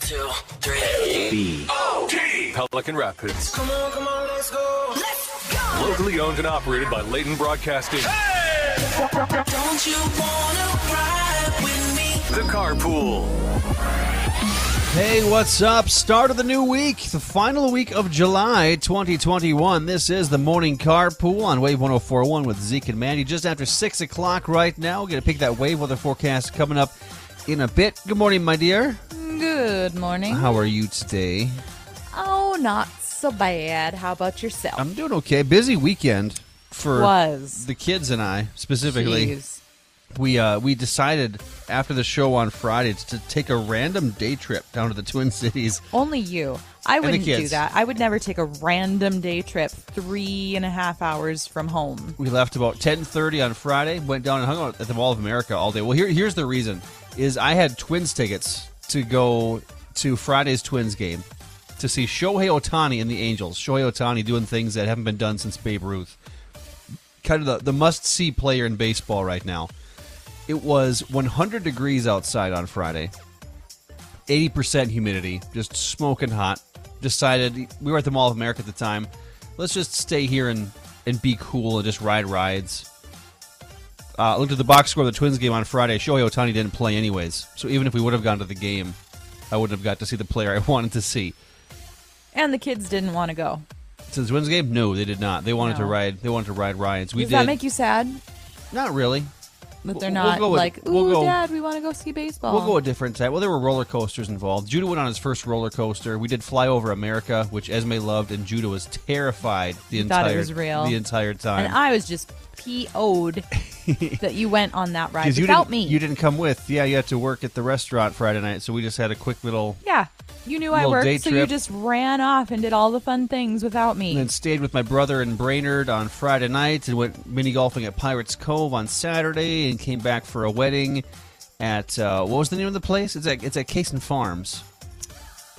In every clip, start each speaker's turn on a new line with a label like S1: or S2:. S1: two, three.
S2: B.
S3: Pelican Rapids.
S1: Come on, come on, let's go.
S3: Locally owned and operated by Leighton Broadcasting.
S1: Don't you wanna ride with me?
S3: The Carpool.
S2: Hey, what's up? Start of the new week, the final week of July 2021. This is the morning carpool on Wave 1041 with Zeke and Mandy. Just after 6 o'clock right now, we're going to pick that wave weather forecast coming up in a bit. Good morning, my dear.
S4: Good morning.
S2: How are you today?
S4: Oh, not so bad. How about yourself?
S2: I'm doing okay. Busy weekend for
S4: Was.
S2: the kids and I specifically.
S4: Jeez.
S2: We uh, we decided after the show on Friday to take a random day trip down to the Twin Cities.
S4: Only you. I
S2: the
S4: wouldn't do
S2: kids.
S4: that. I would never take a random day trip three and a half hours from home.
S2: We left about 10:30 on Friday, went down and hung out at the Mall of America all day. Well, here here's the reason is I had Twins tickets to go to Friday's Twins game to see Shohei Otani and the Angels. Shohei Otani doing things that haven't been done since Babe Ruth. Kind of the, the must-see player in baseball right now. It was 100 degrees outside on Friday. 80% humidity, just smoking hot. Decided we were at the Mall of America at the time. Let's just stay here and and be cool and just ride rides. Uh, looked at the box score of the Twins game on Friday. Shohei Otani didn't play anyways, so even if we would have gone to the game, I wouldn't have got to see the player I wanted to see.
S4: And the kids didn't want to go.
S2: To the Twins game, no, they did not. They wanted to
S4: No.
S2: ride. They wanted to ride rides. We
S4: Does
S2: did
S4: that make you sad
S2: not really.
S4: that
S2: We'll- we'll
S4: they're not
S2: go with-
S4: like, ooh,
S2: we'll go-
S4: dad, we want to go see baseball?
S2: We'll go a different type. Well, there were roller coasters involved. Judah went on his first roller coaster. We did Fly Over America, which Esme loved, and Judah was terrified the
S4: thought
S2: entire
S4: it was real.
S2: the entire time.
S4: and I was just PO'd that you went on that ride
S2: 'Cause you
S4: without
S2: didn't,
S4: me.
S2: you didn't come with. Yeah, you had to work at the restaurant Friday night, so we just had a quick little
S4: yeah. You knew I
S2: Little day
S4: worked, so you
S2: trip.
S4: just ran off and did all the fun things without me.
S2: and then stayed with my brother in Brainerd on Friday night and went mini golfing at Pirates Cove on Saturday and came back for a wedding at uh, what was the name of the place? It's at it's at Case and Farms.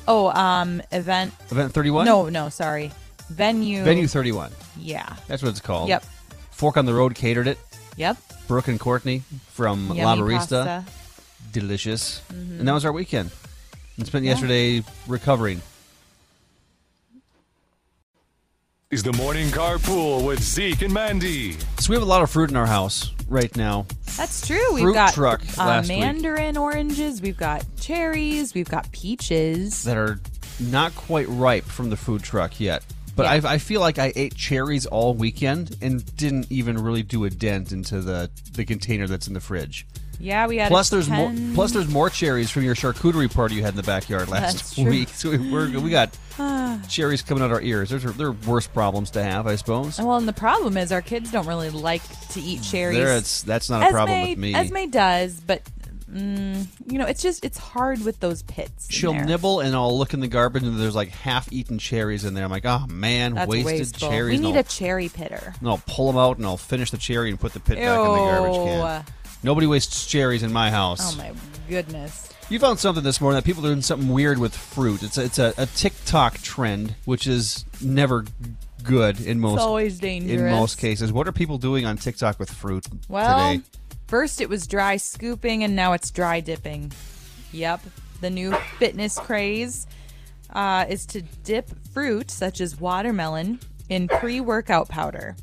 S4: oh, um, event
S2: Event 31?
S4: No, no, sorry. Venue.
S2: Venue Oh. 31.
S4: Yeah.
S2: That's what it's called.
S4: Yep.
S2: Fork on the Road catered it.
S4: Yep.
S2: Brooke and Courtney from La
S4: Yummy
S2: Barista.
S4: pasta. Mm-hmm.
S2: Delicious. And that was our weekend. And spent yesterday recovering.
S3: Is the morning carpool with Zeke and Mandy.
S2: So we have a lot of fruit in our house right now.
S4: That's true. We've
S2: Fruit
S4: got
S2: truck
S4: uh,
S2: last week.
S4: mandarin oranges. We've got cherries. We've got peaches.
S2: that are not quite ripe from the food truck yet. But
S4: Yeah.
S2: I've, I feel like I ate cherries all weekend and didn't even really do a dent into the, the container that's in the fridge.
S4: yeah, we had.
S2: Plus,
S4: a
S2: there's more.
S4: 10
S2: Plus, there's more cherries from your charcuterie party you had in the backyard
S4: That's
S2: last
S4: true.
S2: week. So we, we're, we got cherries coming out our ears. Those are they're worse problems to have, I suppose.
S4: Well, and the problem is our kids don't really like to eat cherries.
S2: There, it's that's not a
S4: Esme,
S2: problem with me.
S4: Esme does, but mm, you know, it's just it's hard with those pits. in
S2: She'll
S4: there.
S2: nibble, and I'll look in the garbage, and there's like half-eaten cherries in there. I'm like, oh man,
S4: That's
S2: wasted
S4: wasteful.
S2: cherries.
S4: We
S2: and
S4: need
S2: I'll
S4: a cherry pitter.
S2: and I'll pull them out and I'll finish the cherry and put the pit back in the garbage can.
S4: Ew.
S2: Nobody wastes cherries in my
S4: Oh
S2: house.
S4: my goodness.
S2: You found something this morning that people are doing something weird with fruit. It's a, it's a, a TikTok trend, which is never good in most
S4: It's always dangerous.
S2: in most cases. What are people doing on TikTok with fruit
S4: Well,
S2: today?
S4: first it was dry scooping and now it's dry dipping. Yep. The new fitness craze uh, is to dip fruit, such as watermelon, in pre workout powder.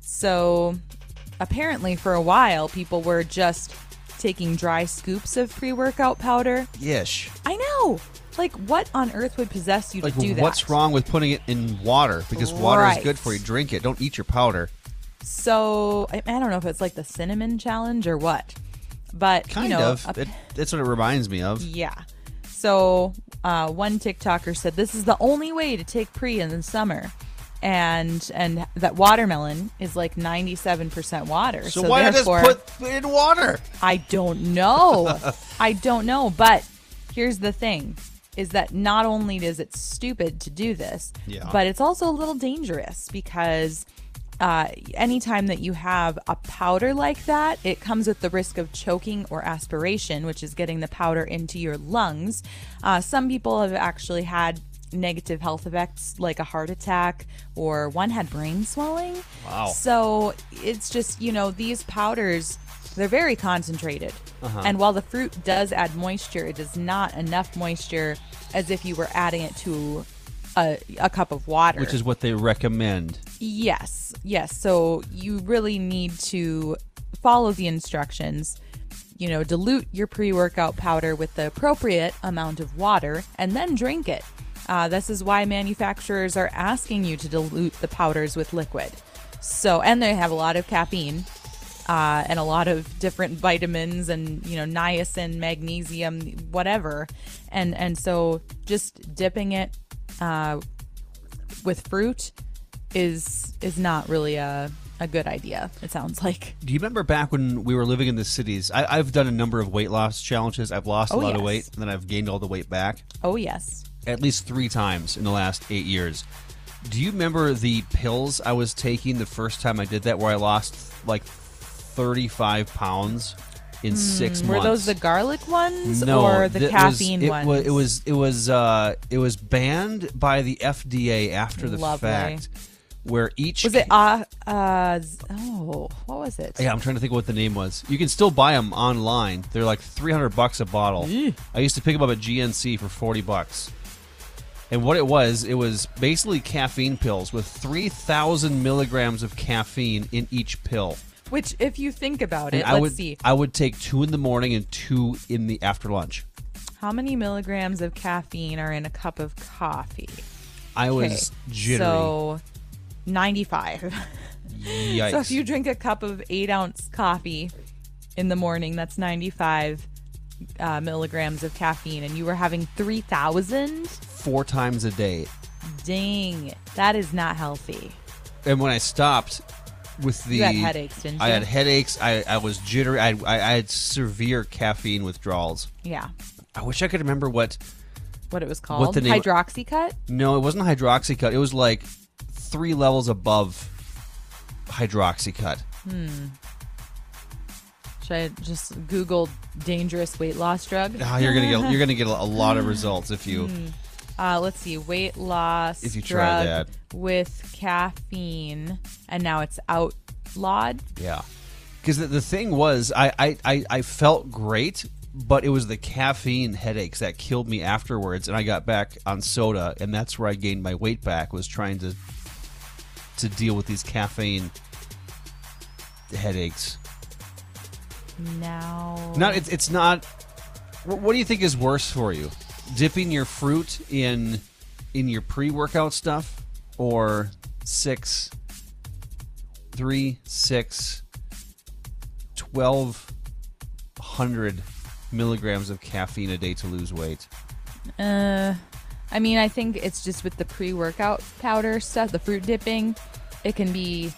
S4: So apparently, for a while, people were just taking dry scoops of pre workout powder.
S2: Ish.
S4: I know. Like, what on earth would possess you
S2: Like,
S4: to do that?
S2: what's wrong with putting it in water? Because water is
S4: Right.
S2: good for you. Drink it. Don't eat your powder.
S4: So, I, I don't know if it's like the cinnamon challenge or what, but
S2: Kind
S4: you know,
S2: of.
S4: a-
S2: It- that's what it reminds me of.
S4: Yeah. So uh, one TikToker said this is the only way to take pre in the summer, and and that watermelon is like ninety seven percent water.
S2: So,
S4: So,
S2: why not just
S4: therefore,
S2: put it in water?
S4: I don't know. I don't know. But here's the thing: is that not only is it stupid to do this,
S2: Yeah.
S4: but it's also a little dangerous because. Uh, anytime that you have a powder like that, it comes with the risk of choking or aspiration, which is getting the powder into your lungs. Uh, some people have actually had negative health effects, like a heart attack, or one had brain swelling.
S2: Wow.
S4: So it's just, you know, these powders They're very concentrated.
S2: Uh-huh.
S4: And while the fruit does add moisture, it is not enough moisture as if you were adding it to a, a cup of water.
S2: which is what they recommend.
S4: Yes, yes. So you really need to follow the instructions. You know, dilute your pre workout powder with the appropriate amount of water and then drink it. Uh, this is why manufacturers are asking you to dilute the powders with liquid. So, and they have a lot of caffeine uh, and a lot of different vitamins and you know niacin, magnesium, whatever, and and so just dipping it uh, with fruit is is not really a, a good idea it sounds like
S2: Do you remember back when we were living in the cities? I, I've done a number of weight loss challenges. I've lost a
S4: Oh,
S2: lot of
S4: yes.
S2: weight, and then I've gained all the weight back
S4: oh yes
S2: at least three times in the last eight years. Do you remember the pills I was taking the first time I did that, where I lost like 35 pounds in six
S4: Hmm, were
S2: months?
S4: those the garlic ones
S2: no,
S4: or the
S2: that
S4: caffeine
S2: was, it
S4: ones
S2: Was, it was it was uh, it was banned by the FDA after the
S4: Lovely.
S2: fact, where each
S4: was it uh, uh z- oh what was it
S2: Yeah, I'm trying to think of what the name was. You can still buy them online. They're like 300 bucks a bottle. I used to pick them up at GNC for 40 bucks. And what it was, it was basically caffeine pills with 3,000 milligrams of caffeine in each pill.
S4: which if you think about
S2: And
S4: it
S2: I
S4: let's
S2: would
S4: see
S2: I would take two in the morning and two in the after lunch.
S4: how many milligrams of caffeine are in a cup of coffee
S2: I
S4: okay
S2: was jittery.
S4: so 95
S2: Yikes.
S4: So if you drink a cup of eight ounce coffee in the morning, that's 95 uh, milligrams of caffeine, and you were having 3,000,
S2: Four times a day.
S4: dang, that is not healthy.
S2: and when I stopped with the
S4: You had headaches, didn't
S2: I
S4: you?
S2: had headaches. I, I was jittery. I, I, I had severe caffeine withdrawals.
S4: Yeah.
S2: I wish I could remember what.
S4: What it was called?
S2: the name-
S4: Hydroxy cut?
S2: No, it wasn't hydroxycut. It was like three levels above hydroxycut.
S4: Should I just Google dangerous weight loss drug?
S2: Ah, you're gonna get you're gonna get a lot of results if you.
S4: Uh, let's see, weight loss
S2: If you try
S4: drug
S2: that.
S4: with caffeine, and now it's outlawed.
S2: Yeah. Because the, the thing was, I, I, I, I felt great, but it was the caffeine headaches that killed me afterwards. And I got back on soda, and that's where I gained my weight back, was trying to to deal with these caffeine headaches.
S4: Now,
S2: Not it's, it's not. wh- What do you think is worse for you? Dipping your fruit in in your pre-workout stuff or six three six twelve hundred milligrams of caffeine a day to lose weight.
S4: Uh, I mean, I think it's just with the pre-workout powder stuff, the fruit dipping, it can be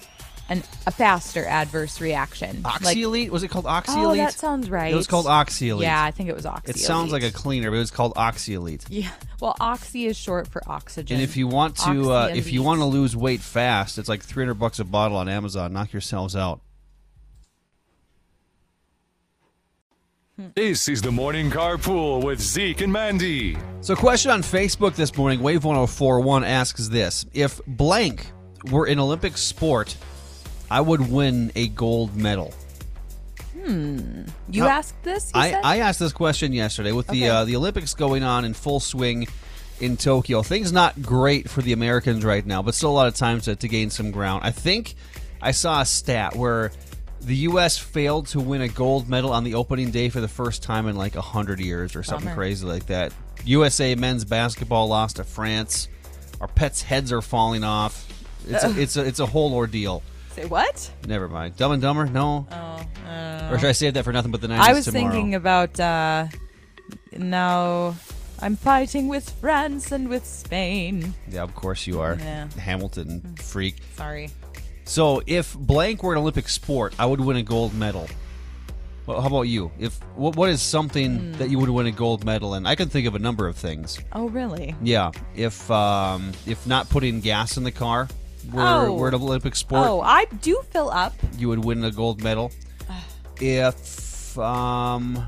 S4: an a faster adverse reaction.
S2: Oxy Elite? Was it called Oxy
S4: oh,
S2: Elite?
S4: that sounds right.
S2: It was called Oxy Elite.
S4: Yeah, I think it was Oxy.
S2: It sounds like a
S4: Elite.
S2: cleaner, but it was called Oxy Elite.
S4: yeah. Well, Oxy is short for oxygen.
S2: And if you want to, uh, if you
S4: Oxy-Elite.
S2: want to lose weight fast, it's like three hundred bucks a bottle on Amazon. Knock yourselves out.
S3: This is the Morning Carpool with Zeke and Mandy.
S2: So, question on Facebook this morning, Wave 1041 asks this If blank were an Olympic sport, I would win a gold medal.
S4: you asked this, you
S2: I,
S4: said?
S2: I asked this question yesterday with the
S4: Okay.
S2: uh, the Olympics going on in full swing in Tokyo. Things not great for the Americans right now, but still a lot of time to, to gain some ground. I think I saw a stat where the U.S. failed to win a gold medal on the opening day for the first time in like hundred years or something
S4: Bummer.
S2: crazy like that. USA men's basketball lost to France. Our pets' heads are falling off. It's a, it's a, it's a whole ordeal.
S4: say what?
S2: Never mind. Dumb and Dumber? No. or should I save that for nothing but the 90s
S4: Oh, uh. I was
S2: tomorrow?
S4: thinking about uh, now. I'm fighting with France and with Spain.
S2: Yeah, of course you are.
S4: Yeah. Hmm.
S2: Hamilton freak.
S4: Sorry.
S2: So if blank were an Olympic sport, I would win a gold medal. Well, how about you? If what, what is something
S4: Hmm.
S2: that you would win a gold medal in? I can think of a number of things.
S4: Oh, really?
S2: Yeah, if um, if not putting gas in the car were,
S4: Oh.
S2: were an Olympic sport,
S4: Oh, I do fill up.
S2: you would win a gold medal. if um,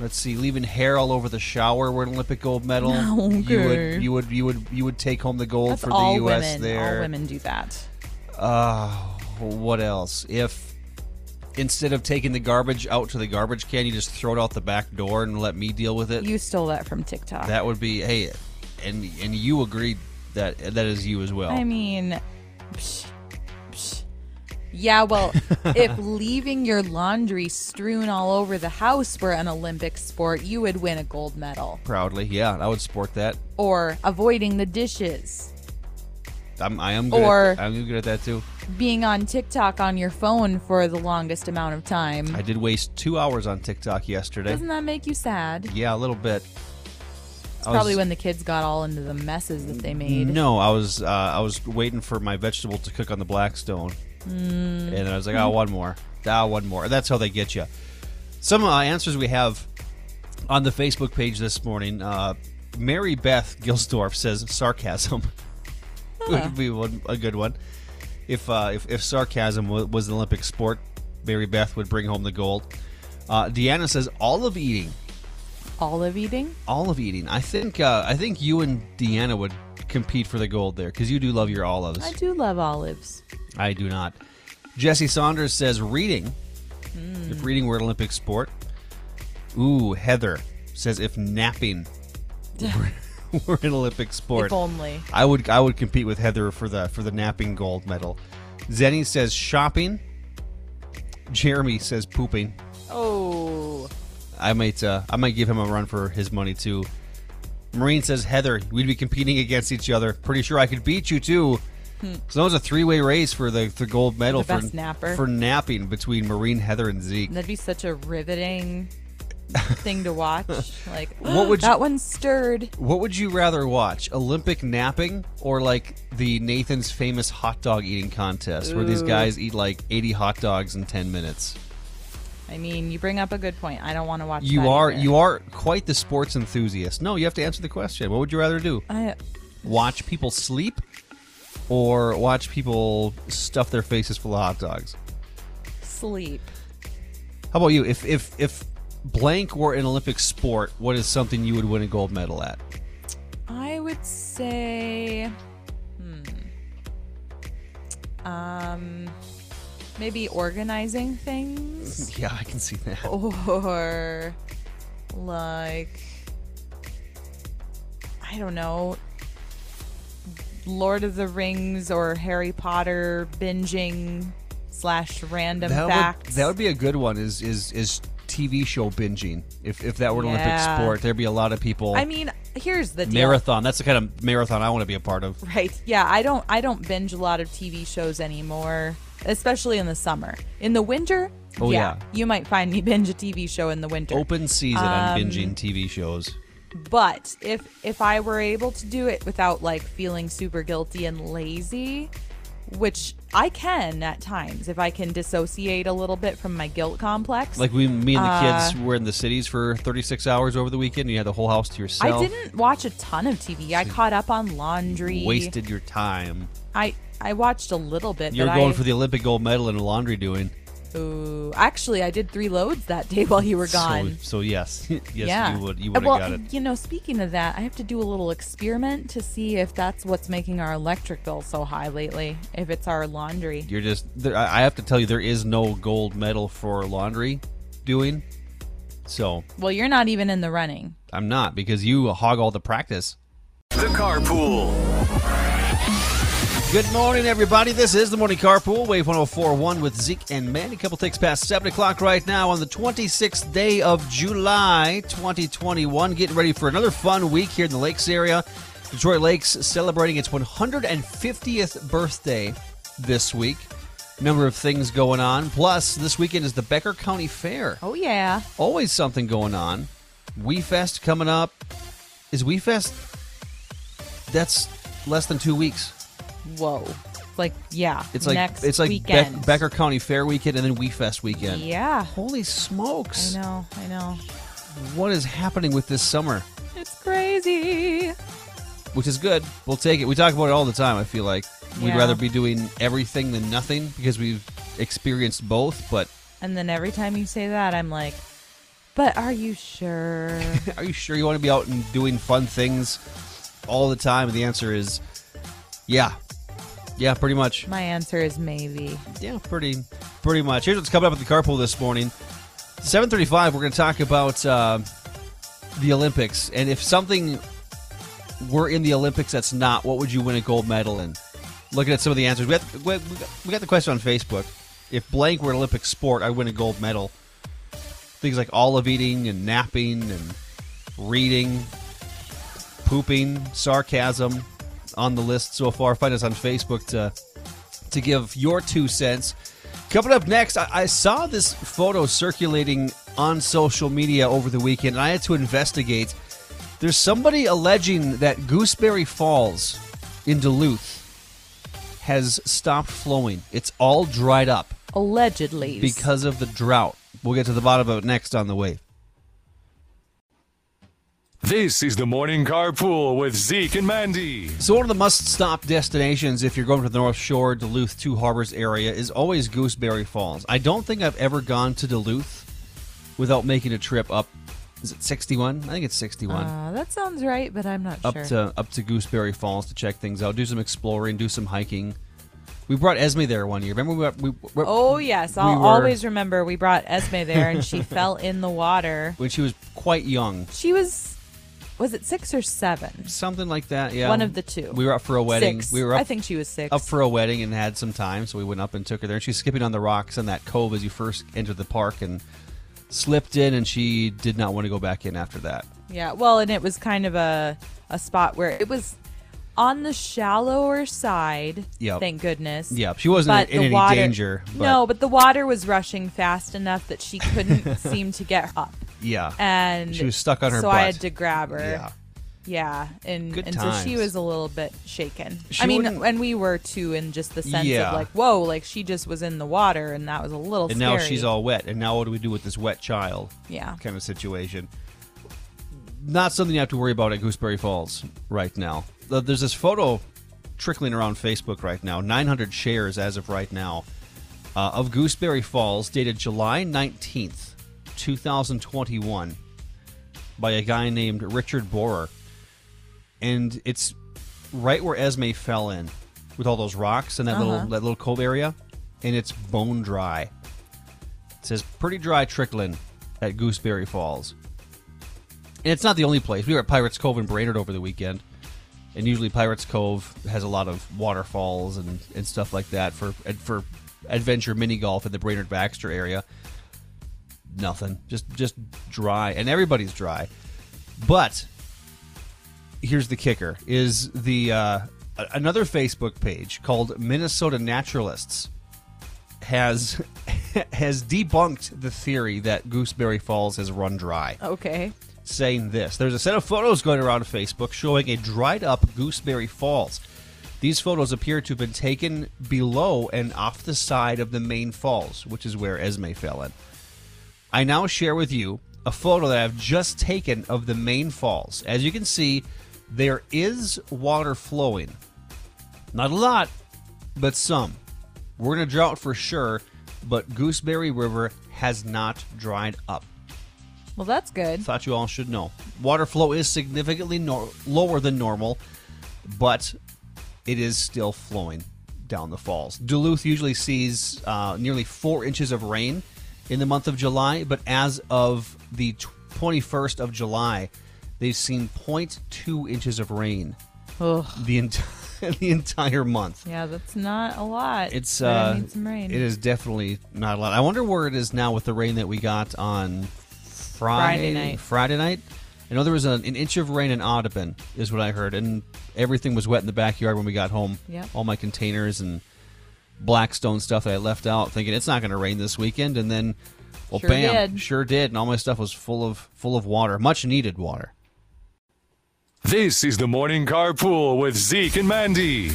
S2: let's see, leaving hair all over the shower were an Olympic gold medal, you
S4: Okay.
S2: would you would you would you would take home the gold
S4: That's
S2: for
S4: all
S2: the U.S.
S4: women.
S2: there.
S4: All women do that.
S2: What else? If instead of taking the garbage out to the garbage can, you just throw it out the back door and let me deal with it.
S4: You stole that from TikTok.
S2: that would be hey, and and you agreed that that is you as well.
S4: I mean, psh, psh. yeah, well, if leaving your laundry strewn all over the house were an Olympic sport, you would win a gold medal.
S2: Proudly, yeah, I would support that.
S4: Or avoiding the dishes,
S2: I'm, I am good.
S4: Or-
S2: at, I'm good at that too.
S4: being on TikTok on your phone for the longest amount of time.
S2: I did waste two hours on TikTok yesterday.
S4: Doesn't that make you sad? It's
S2: Yeah, a little bit. I was-
S4: probably when the kids got all into the messes that they made.
S2: No, I was uh, I was waiting for my vegetable to cook on the Blackstone, and then I was like, oh, one more, ah, one more. That's how they get you. Some uh, answers we have on the Facebook page this morning. Uh, Mary Beth Gilsdorf says sarcasm would be one, a good one. If uh, if, if sarcasm wa- was an Olympic sport, Mary Beth would bring home the gold. Uh, Deanna says olive eating
S4: Olive eating?
S2: olive eating. I think uh, I think you and Deanna would compete for the gold there because you do love your olives.
S4: I do love olives.
S2: I do not. Jesse Saunders says reading. If reading were an Olympic sport, ooh, Heather says if napping were, were an Olympic sport,
S4: If only.
S2: I would I would compete with Heather for the for the napping gold medal. Zenny says shopping. Jeremy says pooping.
S4: Oh.
S2: I might uh, I might give him a run for his money too. Marine says Heather, we'd be competing against each other. Pretty sure I could beat you too. So that was a three-way race for the, the gold medal
S4: Hmm. The best
S2: for
S4: napper.
S2: for napping between Marine, Heather, and Zeke.
S4: That'd be such a riveting thing to watch. Like,
S2: What would you-
S4: that one stirred?
S2: What would you rather watch, Olympic napping or like the Nathan's famous hot dog eating contest, where these guys eat like eighty hot dogs in ten minutes?
S4: I mean, you bring up a good point. I don't want to watch.
S2: You are you are quite the sports enthusiast. No, you have to answer the question. What would you rather do?
S4: I,
S2: watch people sleep or watch people stuff their faces full of hot dogs?
S4: sleep.
S2: How about you? If if if blank were an Olympic sport, what is something you would win a gold medal at?
S4: I would say, hmm, um, maybe organizing things
S2: Yeah, I can see that.
S4: Oh, or like, I don't know. Lord of the Rings or Harry Potter binging slash random
S2: that
S4: facts.
S2: would that would be a good one. Is is is TV show binging? If if that were an
S4: Yeah.
S2: Olympic sport, there'd be a lot of people.
S4: I mean, here's the deal.
S2: marathon. That's the kind of marathon I want to be a part of.
S4: Right. Yeah, I don't I don't binge a lot of TV shows anymore, especially in the summer. In the winter,
S2: Oh, yeah.
S4: you might find me binge a TV show in the winter.
S2: Open season on
S4: Um,
S2: binging TV shows.
S4: But if if I were able to do it without like feeling super guilty and lazy, which I can at times if I can dissociate a little bit from my guilt complex.
S2: Like we, me and the kids
S4: uh,
S2: were in the cities for 36 hours over the weekend. You had the whole house to yourself.
S4: I didn't watch a ton of TV. I caught up on laundry.
S2: wasted your time.
S4: I I watched a little bit.
S2: You're
S4: but
S2: going
S4: I,
S2: for the Olympic gold medal in laundry doing.
S4: Ooh, actually, I did three loads that day while you were gone.
S2: So, so yes, yes, you would.
S4: Uh,
S2: You would have
S4: well,
S2: got it.
S4: you know, speaking of that, I have to do a little experiment to see if that's what's making our electric bill so high lately. If it's our laundry,
S2: You're just. There, I I have to tell you, there is no gold medal for laundry doing. So
S4: well, you're not even in the running.
S2: I'm not because you hog all the practice.
S3: The carpool.
S2: Good morning, everybody. This is the Morning Carpool, Wave 1041 with Zeke and Manny. A couple takes past 7 o'clock right now on the 26th day of July, 2021. Getting ready for another fun week here in the Lakes area. Detroit Lakes celebrating its 150th birthday this week. Number of things going on. Plus, this weekend is the Becker County Fair.
S4: Oh yeah,
S2: Always something going on. WeFest coming up. Is WeFest. That's less than two weeks.
S4: whoa, like yeah,
S2: It's like
S4: next
S2: it's like Beck-
S4: weekend.
S2: Becker County Fair weekend and then We Fest weekend.
S4: Yeah,
S2: Holy
S4: I
S2: smokes!
S4: know, I know,
S2: What is happening with this summer?
S4: it's crazy.
S2: Which is good. We'll take it. We talk about it all the time. I feel like we'd
S4: Yeah.
S2: rather be doing everything than nothing because we've experienced both. But
S4: And then every time you say that, I'm like, but are you sure?
S2: are you sure you want to be out and doing fun things all the time? And the answer is, yeah, yeah, pretty much.
S4: My answer is maybe.
S2: Yeah, pretty Pretty much. Here's what's coming up at the carpool this morning. 7:35. We're going to talk about uh, the Olympics, and if something were in the Olympics that's not, what would you win a gold medal in? Looking at some of the answers, we got, we got, we got the question on Facebook. If blank were an Olympic sport, I'd win a gold medal. Things like olive eating and napping and reading, pooping, sarcasm on the list so far. Find us on Facebook to to give your two cents. Coming up next, I, I saw this photo circulating on social media over the weekend, and I had to investigate. There's somebody alleging that Gooseberry Falls in Duluth has stopped flowing. It's all dried up
S4: Allegedly.
S2: because of the drought. We'll get to the bottom of it next on the wave.
S3: This is the Morning Carpool with Zeke and Mandy.
S2: So one of the must-stop destinations if you're going to the North Shore, Duluth, Two Harbors area is always Gooseberry Falls. I don't think I've ever gone to Duluth without making a trip up. Is it 61? I think it's 61.
S4: Uh, that sounds right, but I'm not
S2: up
S4: sure.
S2: to up to Gooseberry Falls to check things out, do some exploring, do some hiking. We brought Esme there one year. Remember we, we, we
S4: oh yes, I'll
S2: We were-
S4: always remember we brought Esme there and she fell in the water.
S2: when she was quite young,
S4: She was was it six or seven?
S2: something like that. Yeah,
S4: One of the two.
S2: We were up for a wedding.
S4: Six.
S2: We were up
S4: I think she was six.
S2: up for a wedding and had some time, so we went up and took her there. And she's skipping on the rocks on that cove as you first entered the park and slipped in, and she did not want to go back in after that.
S4: Yeah, well, and it was kind of a a spot where it was on the shallower side.
S2: Yep.
S4: Thank goodness.
S2: Yep, she wasn't in any
S4: water,
S2: danger, but-
S4: No, but the water was rushing fast enough that she couldn't seem to get up,
S2: Yeah.
S4: and
S2: She was stuck on her
S4: So I
S2: butt.
S4: had to grab her.
S2: yeah.
S4: Yeah, and
S2: Good
S4: and so she
S2: times.
S4: was a little bit shaken.
S2: She
S4: I mean,
S2: wouldn't-
S4: and we were too, in just the sense
S2: Yeah.
S4: of like, whoa, like she just was in the water, and that was a little.
S2: And now
S4: scary.
S2: she's all wet. And now what do we do with this wet child?
S4: Yeah.
S2: Kind of situation. Not something you have to worry about at Gooseberry Falls right now. Th- There's this photo trickling around Facebook right now. 900 shares as of right now uh, of Gooseberry Falls, dated July 19th, 2021, by a guy named Richard Borer. And it's right where Esme fell in, with all those rocks and that
S4: Uh-huh.
S2: little that little cove area, and it's bone dry. It says pretty dry trickling at Gooseberry Falls. And it's not the only place. We were at Pirates Cove in Brainerd over the weekend. And usually Pirates Cove has a lot of waterfalls and, and stuff like that for and for adventure mini golf in the Brainerd Baxter area. Nothing. Just just dry. And everybody's dry. But here's the kicker is the uh, a- another facebook page called minnesota naturalists has has debunked the theory that gooseberry falls has run dry
S4: okay.
S2: saying this there's a set of photos going around facebook showing a dried up gooseberry falls these photos appear to have been taken below and off the side of the main falls which is where esme fell in I now share with you a photo that I've just taken of the main falls. As you can see, there is water flowing. Not a lot, but some. We're in a drought for sure, but Gooseberry River has not dried up.
S4: Well, that's good.
S2: Thought you all should know. Water flow is significantly nor- lower than normal, but it is still flowing down the falls. Duluth usually sees uh, nearly four inches of rain in the month of July, but as of the 21st of July, they've seen 0.2 inches of rain
S4: Ugh.
S2: the, ent- the entire month.
S4: Yeah, that's not a lot.
S2: It's
S4: but I
S2: uh,
S4: need some rain.
S2: it is definitely not a lot. I wonder where it is now with the rain that we got on
S4: Friday
S2: Friday,
S4: night.
S2: Friday night, I know there was an, an inch of rain in Audubon, is what I heard, and everything was wet in the backyard when we got home.
S4: Yep.
S2: all my containers and Blackstone stuff that I left out, thinking it's not going to rain this weekend, and then well,
S4: Sure
S2: bam,
S4: did.
S2: sure did, and all my stuff was full of full of water, much needed water.
S3: This is the Morning Carpool with Zeke and Mandy.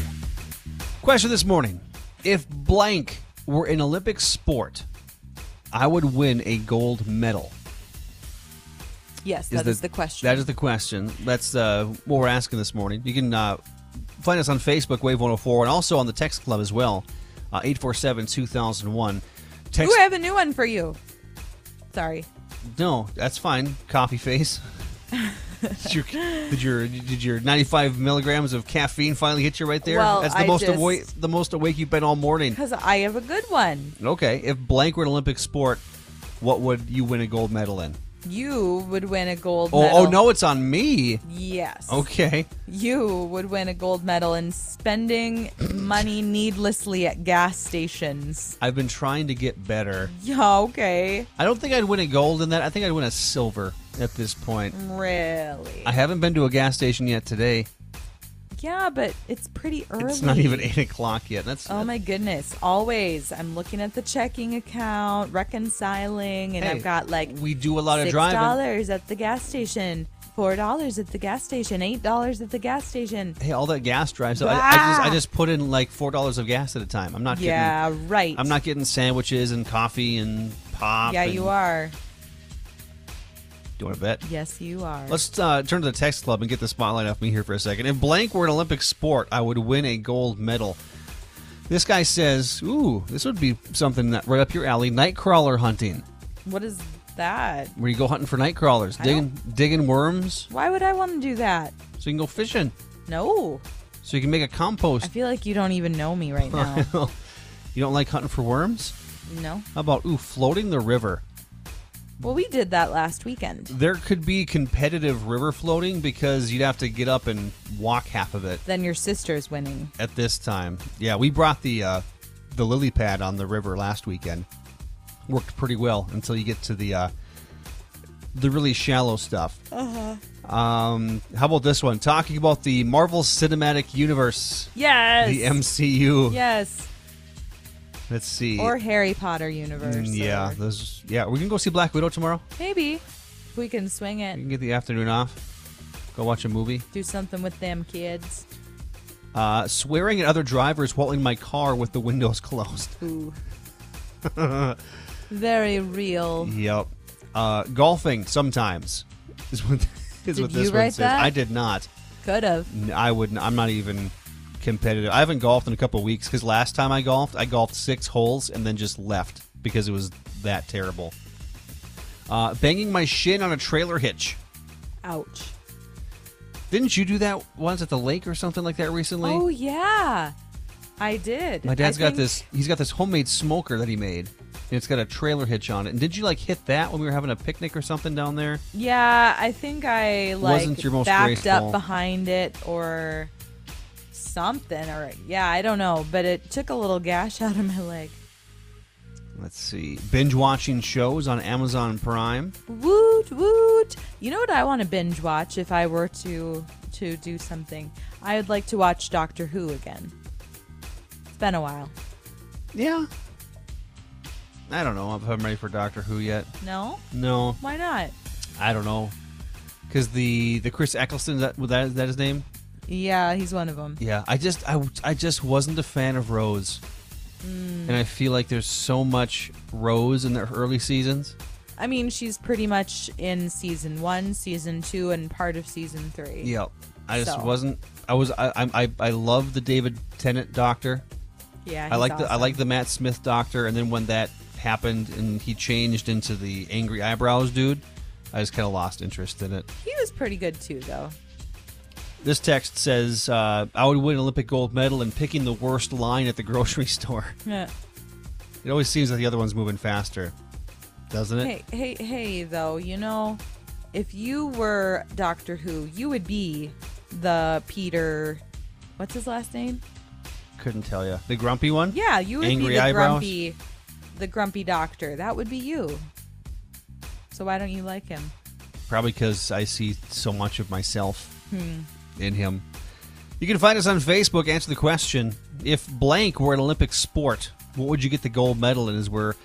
S2: Question this morning: If blank were an Olympic sport, I would win a gold medal.
S4: yes, that is the, question.
S2: That is the question. That's uh, what we're asking this morning. You can uh, find us on Facebook, Wave 104, and also on the Text Club as well, uh, 847 2001. Text.
S4: Ooh, I have a new one for you. Sorry.
S2: No, that's fine. Coffee face. Did your, did your did your 95 milligrams of caffeine finally hit you right there?
S4: Well,
S2: That's the
S4: I
S2: most
S4: just-
S2: awake the most awake you've been all morning.
S4: Because I have a good one.
S2: Okay, if blank were an Olympic sport, what would you win a gold medal in?
S4: You would win a gold
S2: Oh,
S4: medal.
S2: oh no, it's on me.
S4: Yes.
S2: Okay,
S4: You would win a gold medal in spending money needlessly at gas stations.
S2: I've been trying to get better.
S4: Yeah, okay.
S2: I don't think I'd win a gold in that. I think I'd win a silver at this point.
S4: Really?
S2: I haven't been to a gas station yet today.
S4: yeah, but it's pretty early.
S2: It's not even eight o'clock yet. That's
S4: Oh my goodness. Always. I'm looking at the checking account, reconciling, and
S2: Hey,
S4: I've got like
S2: we do a lot of
S4: six
S2: driving.
S4: dollars at the gas station, four dollars at the gas station, eight dollars at the gas station.
S2: Hey, all that gas drives up. I, I just I
S4: Ah!
S2: just put in like four dollars of gas at a time. I'm not getting
S4: Yeah, right.
S2: I'm not getting sandwiches and coffee and pop.
S4: Yeah,
S2: and-
S4: you are.
S2: Do you want to bet?
S4: Yes, you are.
S2: Let's uh, turn to the text club and get the spotlight off me here for a second. If blank were an Olympic sport, I would win a gold medal. This guy says, "Ooh, this would be something that right up your alley: night crawler hunting,
S4: what is that?
S2: where you go hunting for night crawlers,
S4: I
S2: digging digging worms,
S4: Why would I want to do that?
S2: so you can go fishing,
S4: No.
S2: so you can make a
S4: I
S2: compost."
S4: feel like you don't even know me right now.
S2: you don't like hunting for worms?
S4: no.
S2: How about ooh, floating the river?
S4: Well, we did that last weekend.
S2: There could be competitive river floating because you'd have to get up and walk half of it.
S4: Then your sister's winning.
S2: at this time. Yeah, we brought the uh, the lily pad on the river last weekend. Worked pretty well until you get to the uh, the really shallow stuff. Uh-huh. Um, how about this one? Talking about the Marvel Cinematic Universe,
S4: Yes.
S2: the MCU.
S4: Yes.
S2: Let's see.
S4: Or Harry Potter universe.
S2: Mm, yeah,
S4: or-
S2: those, yeah. We can go see Black Widow tomorrow.
S4: Maybe. If we can swing
S2: We
S4: it,
S2: can get the afternoon off. Go watch a movie.
S4: do something with them kids.
S2: Uh, swearing at other drivers while in my car with the windows closed.
S4: Ooh. Very real.
S2: Yep. Uh, golfing sometimes is what is
S4: Did
S2: what
S4: you
S2: this one
S4: write
S2: says.
S4: that?
S2: I did not.
S4: Could have.
S2: N- I would. not I'm not even competitive. I haven't golfed in a couple weeks because last time I golfed, I golfed six holes and then just left because it was that terrible. Uh, banging my shin on a trailer hitch.
S4: Ouch.
S2: Didn't you do that once at the lake or something like that recently?
S4: Oh yeah, I did.
S2: My dad's
S4: I
S2: got
S4: think-
S2: this. He's got this homemade smoker that he made, and it's got a trailer hitch on it. And did you like hit that when we were having a picnic or something down there?
S4: Yeah, I think I like
S2: Wasn't your most
S4: backed
S2: graceful.
S4: up behind it or something, or yeah, I don't know. But it took a little gash out of my leg.
S2: Let's see. Binge watching shows on Amazon Prime.
S4: Woot woot! You know what I want to binge watch if I were to to do something? I would like to watch Doctor Who again. It's been a while.
S2: Yeah. I don't know if I'm ready for Doctor Who yet.
S4: No,
S2: No,
S4: why not?
S2: I don't know. Cause the the Chris Eccleston is that was that, is that his name?
S4: Yeah, he's one of them.
S2: Yeah, I just I, I just wasn't a fan of Rose, and I feel like there's so much Rose in the early seasons.
S4: I mean, she's pretty much in season one, season two, and part of season three.
S2: Yep, I just
S4: So.
S2: wasn't. I was I I I, I love the David Tennant Doctor.
S4: yeah.
S2: I
S4: he's
S2: like the I
S4: awesome.
S2: like the Matt Smith Doctor, and then when that happened and he changed into the angry eyebrows dude, I just kind of lost interest in it.
S4: He was pretty good too, though.
S2: This text says, uh, "I would win an Olympic gold medal in picking the worst line at the grocery store." It always seems that the other one's moving faster, doesn't it?
S4: hey, hey, hey, though, you know, if you were Doctor Who, you would be the Peter. What's his last name?
S2: Couldn't tell you. The grumpy one.
S4: Yeah, you would
S2: Angry
S4: be the
S2: eyebrows?
S4: grumpy, the grumpy doctor. That would be you. So why don't you like him?
S2: Probably because I see so much of myself in him. You can find us on Facebook. Answer the question If blank were an Olympic sport, what would you get the gold medal in? As we're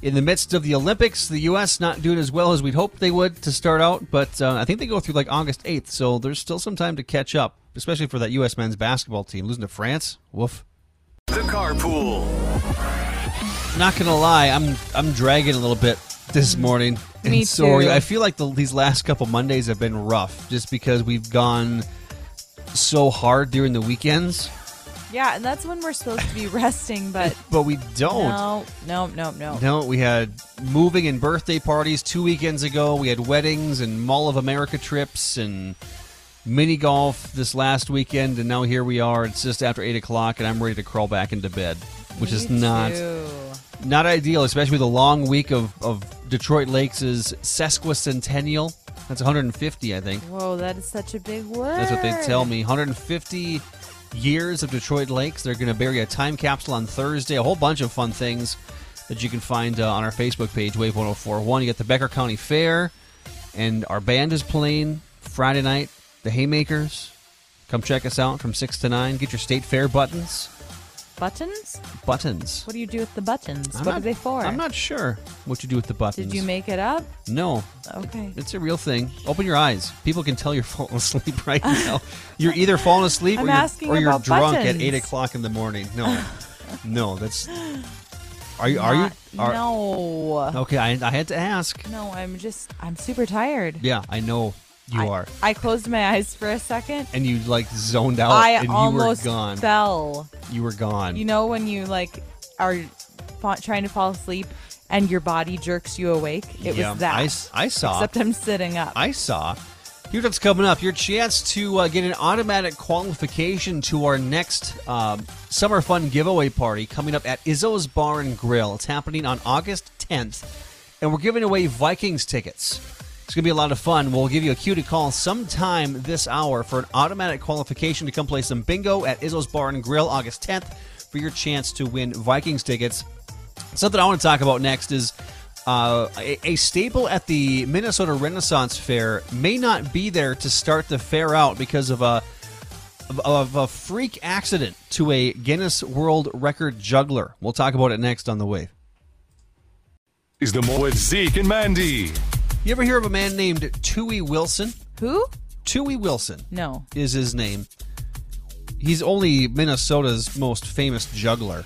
S2: in the midst of the Olympics, the U.S. not doing as well as we'd hoped they would to start out, but uh, I think they go through like August 8th, so there's still some time to catch up, especially for that U.S. men's basketball team. Losing to France? Woof.
S3: The carpool.
S2: Not gonna lie, I'm I'm dragging a little bit this morning.
S4: Mm. Me
S2: and so are you.
S4: too.
S2: I feel like the, these last couple Mondays have been rough, just because we've gone so hard during the weekends
S4: Yeah, and that's when we're supposed to be resting, but
S2: But we don't.
S4: no, no, no, no.
S2: No, we had moving and birthday parties two weekends ago. We had weddings and Mall of America trips and mini golf this last weekend, and now here we are. It's just after eight o'clock, and I'm ready to crawl back into bed, which is
S4: Me
S2: not
S4: too.
S2: not ideal, especially with a long week of of Detroit Lakes' sesquicentennial. That's 150, I think.
S4: Whoa, that is such a big word.
S2: That's what they tell me. 150 years of Detroit Lakes. They're going to bury a time capsule on Thursday. A whole bunch of fun things that you can find uh, on our Facebook page, Wave 1041. You got the Becker County Fair, and our band is playing Friday night, the Haymakers. Come check us out from 6 to 9. Get your state fair buttons.
S4: Buttons?
S2: Buttons.
S4: What do you do with the buttons?
S2: I'm
S4: what
S2: not-
S4: are they for?
S2: I'm not sure what you do with the buttons.
S4: Did you make it up?
S2: No,
S4: Okay.
S2: it's a real thing. Open your eyes. People can tell you're falling asleep right now. You're either falling asleep
S4: I'm
S2: or
S4: asking
S2: you're, or you're
S4: about
S2: drunk at
S4: buttons.
S2: eight o'clock in the morning. No, no, that's. Are you? Are you?
S4: Not-
S2: Are,
S4: no.
S2: Okay, I, I had to ask.
S4: No, I'm just I'm super tired.
S2: Yeah, I know you
S4: I-
S2: are,
S4: I closed my eyes for a second.
S2: and you like zoned out,
S4: I
S2: Oh, and you were
S4: almost
S2: gone.
S4: fell.
S2: You were gone.
S4: You know when you like are fa- trying to fall asleep and your body jerks you awake? It
S2: Yeah,
S4: was that.
S2: I s- I saw.
S4: Except I'm sitting up.
S2: I saw. Here's what's coming up. Your chance to uh, get an automatic qualification to our next um, summer fun giveaway party coming up at Izzo's Bar and Grill. It's happening on August 10th, and we're giving away Vikings tickets. It's going to be a lot of fun. We'll give you a cue to call sometime this hour for an automatic qualification to come play some bingo at Izzo's Bar and Grill August 10th for your chance to win Vikings tickets. Something I want to talk about next is uh, a, a staple at the Minnesota Renaissance Fair may not be there to start the fair out because of a of, of a freak accident to a Guinness World Record juggler. We'll talk about it next on the wave.
S3: Is the more with Zeke and Mandy.
S2: You ever hear of a man named Tui Wilson?
S4: Who?
S2: Tui Wilson
S4: No.
S2: is his name. He's only Minnesota's most famous juggler.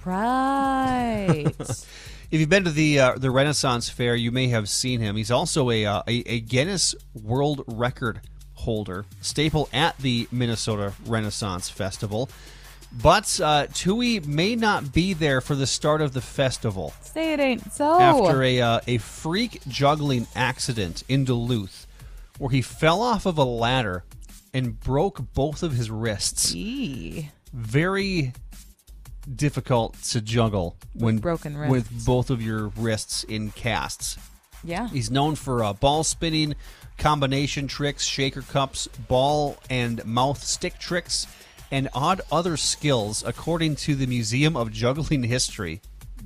S4: Right.
S2: If you've been to the uh, the Renaissance Fair, you may have seen him. He's also a, uh, a a Guinness World Record holder, staple at the Minnesota Renaissance Festival. But uh, Tui may not be there for the start of the festival
S4: Say it ain't so.
S2: after a uh, a freak juggling accident in Duluth, where he fell off of a ladder and broke both of his wrists.
S4: Gee.
S2: Very difficult to juggle when
S4: broken wrists.
S2: with both of your wrists in casts.
S4: Yeah.
S2: He's known for uh, ball spinning, combination tricks, shaker cups, ball and mouth stick tricks, and odd other skills, according to the Museum of Juggling History,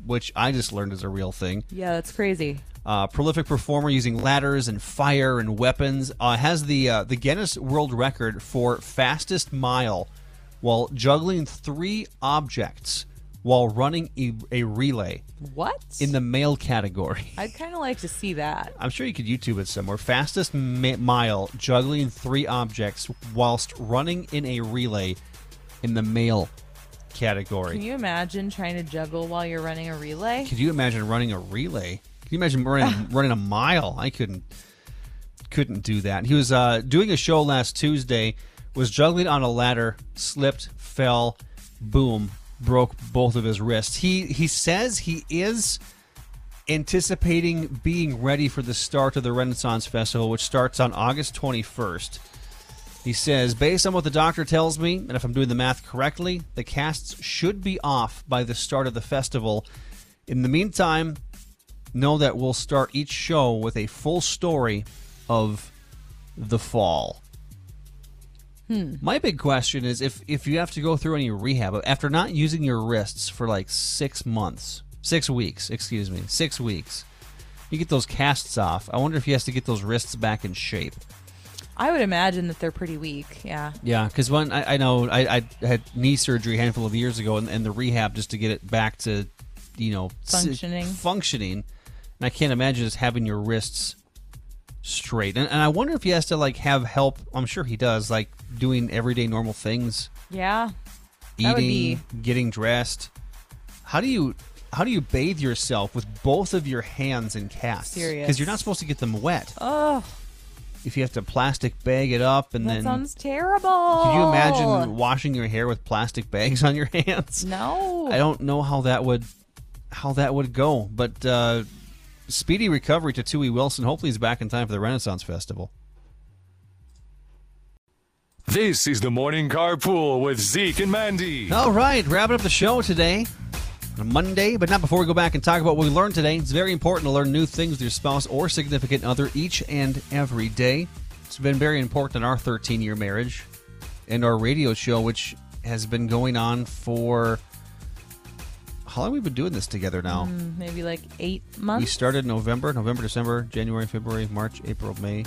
S2: which I just learned is a real thing.
S4: Yeah, that's crazy.
S2: Uh, prolific performer using ladders and fire and weapons, uh, has the uh, the Guinness World Record for fastest mile while juggling three objects while running a, a relay
S4: What?
S2: in the male category.
S4: I'd kind of like to see that.
S2: I'm sure you could YouTube it somewhere. Fastest mi- mile juggling three objects whilst running in a relay in the male category.
S4: Can you imagine trying to juggle while you're running a relay?
S2: Could you imagine running a relay? Can you imagine running running a mile? I couldn't couldn't do that. He was uh, doing a show last Tuesday, was juggling on a ladder, slipped, fell, boom, broke both of his wrists. He he says he is anticipating being ready for the start of the Renaissance Festival, which starts on August 21st. He says, based on what the doctor tells me, and if I'm doing the math correctly, the casts should be off by the start of the festival. In the meantime, know that we'll start each show with a full story of the fall. My big question is if if you have to go through any rehab after not using your wrists for like 6 months, 6 weeks, excuse me, 6 weeks. You get those casts off. I wonder if he has to get those wrists back in shape.
S4: I would imagine that they're pretty weak. Yeah.
S2: Yeah, because when I, I know I, I had knee surgery a handful of years ago, and, and the rehab just to get it back to, you know, s-
S4: Functioning.
S2: functioning, and I can't imagine just having your wrists straight. And, and I wonder if he has to like have help. I'm sure he does, like doing everyday normal things,
S4: Yeah. That would
S2: eating, getting dressed. How do you how do you bathe yourself with both of your hands in casts?
S4: Serious.
S2: you're not supposed to get them wet.
S4: Oh,
S2: if you have to plastic bag it up and
S4: That
S2: then
S4: sounds terrible.
S2: could you imagine washing your hair with plastic bags on your hands?
S4: Oh. No.
S2: I don't know how that would how that would go, but uh, speedy recovery to Tui Wilson. Hopefully, he's back in time for the Renaissance Festival.
S3: This is the morning carpool with Zeke and Mandy.
S2: All right, wrapping up the show today on Monday, but not before we go back and talk about what we learned today. It's very important to learn new things with your spouse or significant other each and every day. It's been very important in our 13 year marriage and our radio show, which has been going on for how long have we been doing this together now?
S4: Maybe like eight
S2: We
S4: months.
S2: started November, November, December, January, February, March, April, May,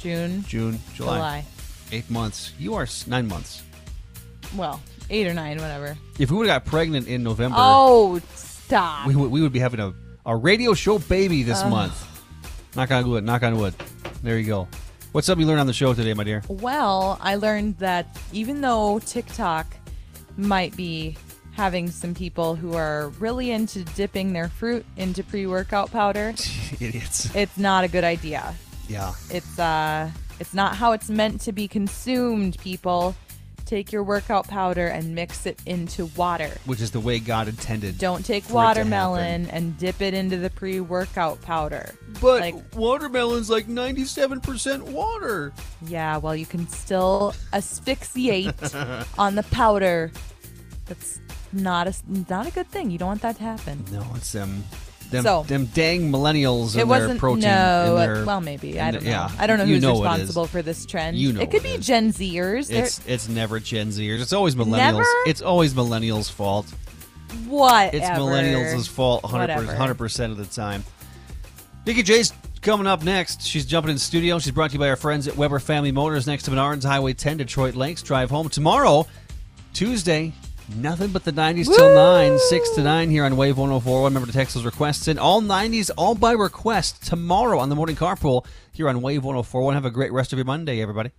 S4: June,
S2: June, July.
S4: July.
S2: Eight months. You are s- nine months.
S4: Well, eight or nine, whatever.
S2: If we would have got pregnant in November,
S4: Oh, stop.
S2: we would we would be having a, a radio show baby this month. Knock on wood. Knock on wood. There you go. What's up? You learned on the show today, my dear.
S4: Well, I learned that even though TikTok might be having some people who are really into dipping their fruit into pre-workout powder,
S2: Idiots.
S4: it's not a good idea.
S2: Yeah.
S4: It's uh it's not how it's meant to be consumed, people. Take your workout powder and mix it into water.
S2: Which is the way God intended.
S4: Don't take
S2: for it to
S4: watermelon and dip it into the pre-workout powder.
S2: But
S4: like
S2: watermelon's like ninety-seven percent water.
S4: Yeah, well, you can still asphyxiate on the powder. That's not a not a good thing. You don't want that to happen.
S2: No, it's them. Them,
S4: So-
S2: them dang millennials and
S4: it
S2: their
S4: wasn't
S2: protein.
S4: no. uh,
S2: and their-
S4: well, maybe I
S2: and
S4: don't know.
S2: their- yeah,
S4: I don't know
S2: you
S4: who's
S2: know it is.
S4: responsible for this trend.
S2: You know
S4: it could
S2: it
S4: be
S2: is.
S4: Gen Zers. They're-
S2: It's it's never Gen Zers. It's always millennials.
S4: Never?
S2: It's always millennials' fault.
S4: whatever.
S2: It's millennials' fault 100%,
S4: Whatever.
S2: 100% of the time. Nikki J's coming up next. She's jumping in studio. She's brought to you by our friends at Weber Family Motors next to Menards, Highway 10, Detroit Lakes. Drive home tomorrow, Tuesday. Nothing but the 90s till
S4: Woo!
S2: 9, 6 to 9 here on Wave 1041. Remember to text those requests in. All 90s, all oh by request tomorrow on the morning carpool here on Wave 1041. Have a great rest of your Monday, everybody.